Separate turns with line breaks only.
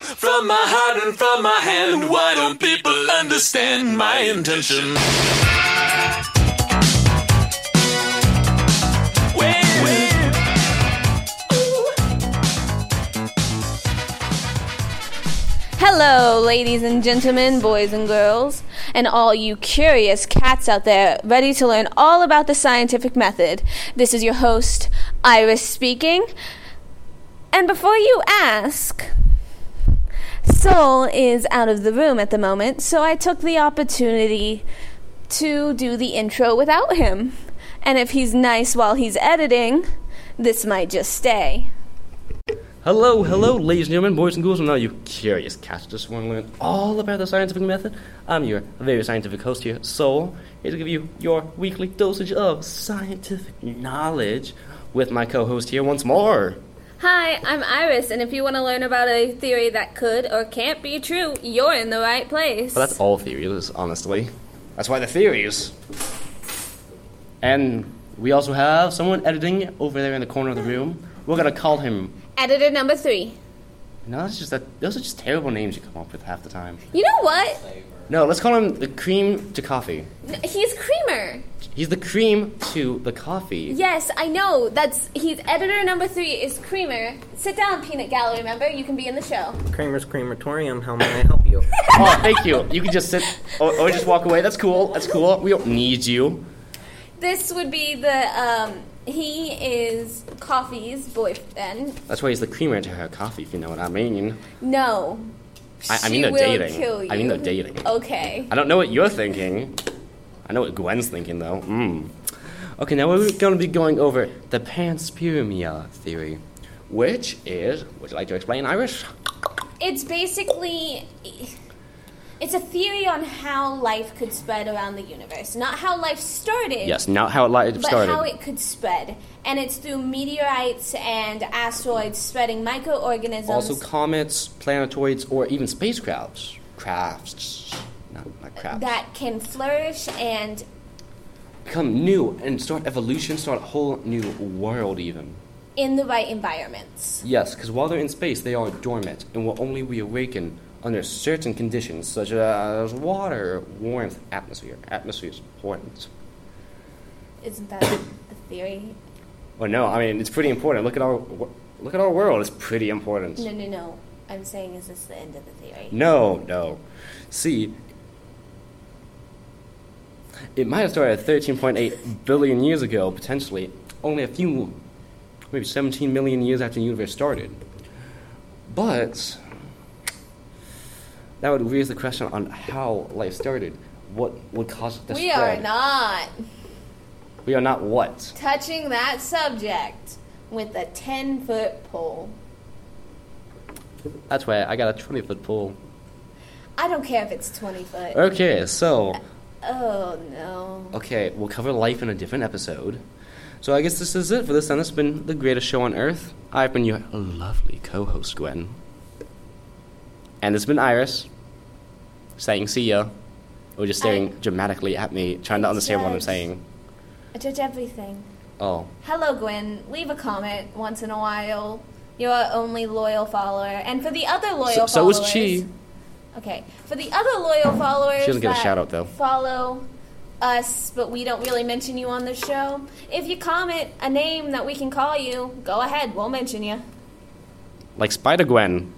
from my heart and from my hand. Why don't people understand my intention?
Hello, ladies and gentlemen, boys and girls, and all you curious cats out there ready to learn all about the scientific method. This is your host, Iris speaking. And before you ask, Sol is out of the room at the moment, so I took the opportunity to do the intro without him. And if he's nice while he's editing, this might just stay.
Hello, hello, ladies and gentlemen, boys and girls, and all you curious cats who just want to learn all about the scientific method. I'm your very scientific host here, Soul, here to give you your weekly dosage of scientific knowledge with my co-host here once more.
Hi, I'm Iris, and if you want to learn about a theory that could or can't be true, you're in the right place.
But that's all theories, honestly. That's why the theories. And we also have someone editing over there in the corner of the room. We're gonna call him.
Editor number three.
No, that's just that. Those are just terrible names you come up with half the time.
You know what?
No, let's call him the cream to coffee.
N- He's creamer.
He's the cream to the coffee.
Yes, I know. That's he's editor number three is creamer. Sit down, peanut gallery member. You can be in the show.
Kramer's Crematorium, how may I help you?
Oh, thank you. You can just sit or, or just walk away. That's cool. That's cool. We don't need you.
This would be the um. He is coffee's boyfriend.
That's why he's the creamer to her coffee, if you know what I mean.
No.
I, I mean,
She
they're
will
dating.
kill you.
I mean, they're dating.
Okay.
I don't know what you're thinking. I know what Gwen's thinking, though. Mm. Okay, now we're going to be going over the panspermia theory, which is. Would you like to explain, Irish?
It's basically it's a theory on how life could spread around the universe, not how life started.
Yes, not how it light
But
started.
how it could spread, and it's through meteorites and asteroids spreading microorganisms.
also, comets, planetoids, or even spacecrafts. Crafts. Not, not crafts.
that can flourish and
Become new and start evolution, start a whole new world, even.
in the right environments.
Yes, because while they're in space, they are dormant and will only reawaken under certain conditions, such as water, warmth, atmosphere. Atmosphere is important.
Isn't that the theory?
Well, no, I mean it's pretty important. Look at our wo- look at our world. It's pretty important.
No, no, no. I'm saying, is this the end of the theory?
No, no. See, it might have started 13.8 billion years ago, potentially, only a few, maybe 17 million years after the universe started. But that would raise the question on how life started. What would cause it to
We
spread?
are not
We are not what?
touching that subject with a 10 foot pole.
That's why I got a 20 foot pole.
I don't care if it's 20 foot.
Okay, so.
Oh, no.
Okay, we'll cover life in a different episode. So I guess this is it for this time. It's been the greatest show on earth. I've been your lovely co-host, Gwen. And it's been Iris saying see ya. Or just staring dramatically at me, trying to understand what I'm
Yes.
saying.
I judge everything.
Oh.
Hello, Gwen. Leave a comment once in a while. You're our only loyal follower. And for the other
So,
loyal
so
followers.
was Chi.
Okay. For the other loyal followers,
She doesn't get a
that
shout-out, though.
Follow us, but we don't really mention you on the show. If you comment a name that we can call you, go ahead. We'll mention you.
Like Spider Gwen.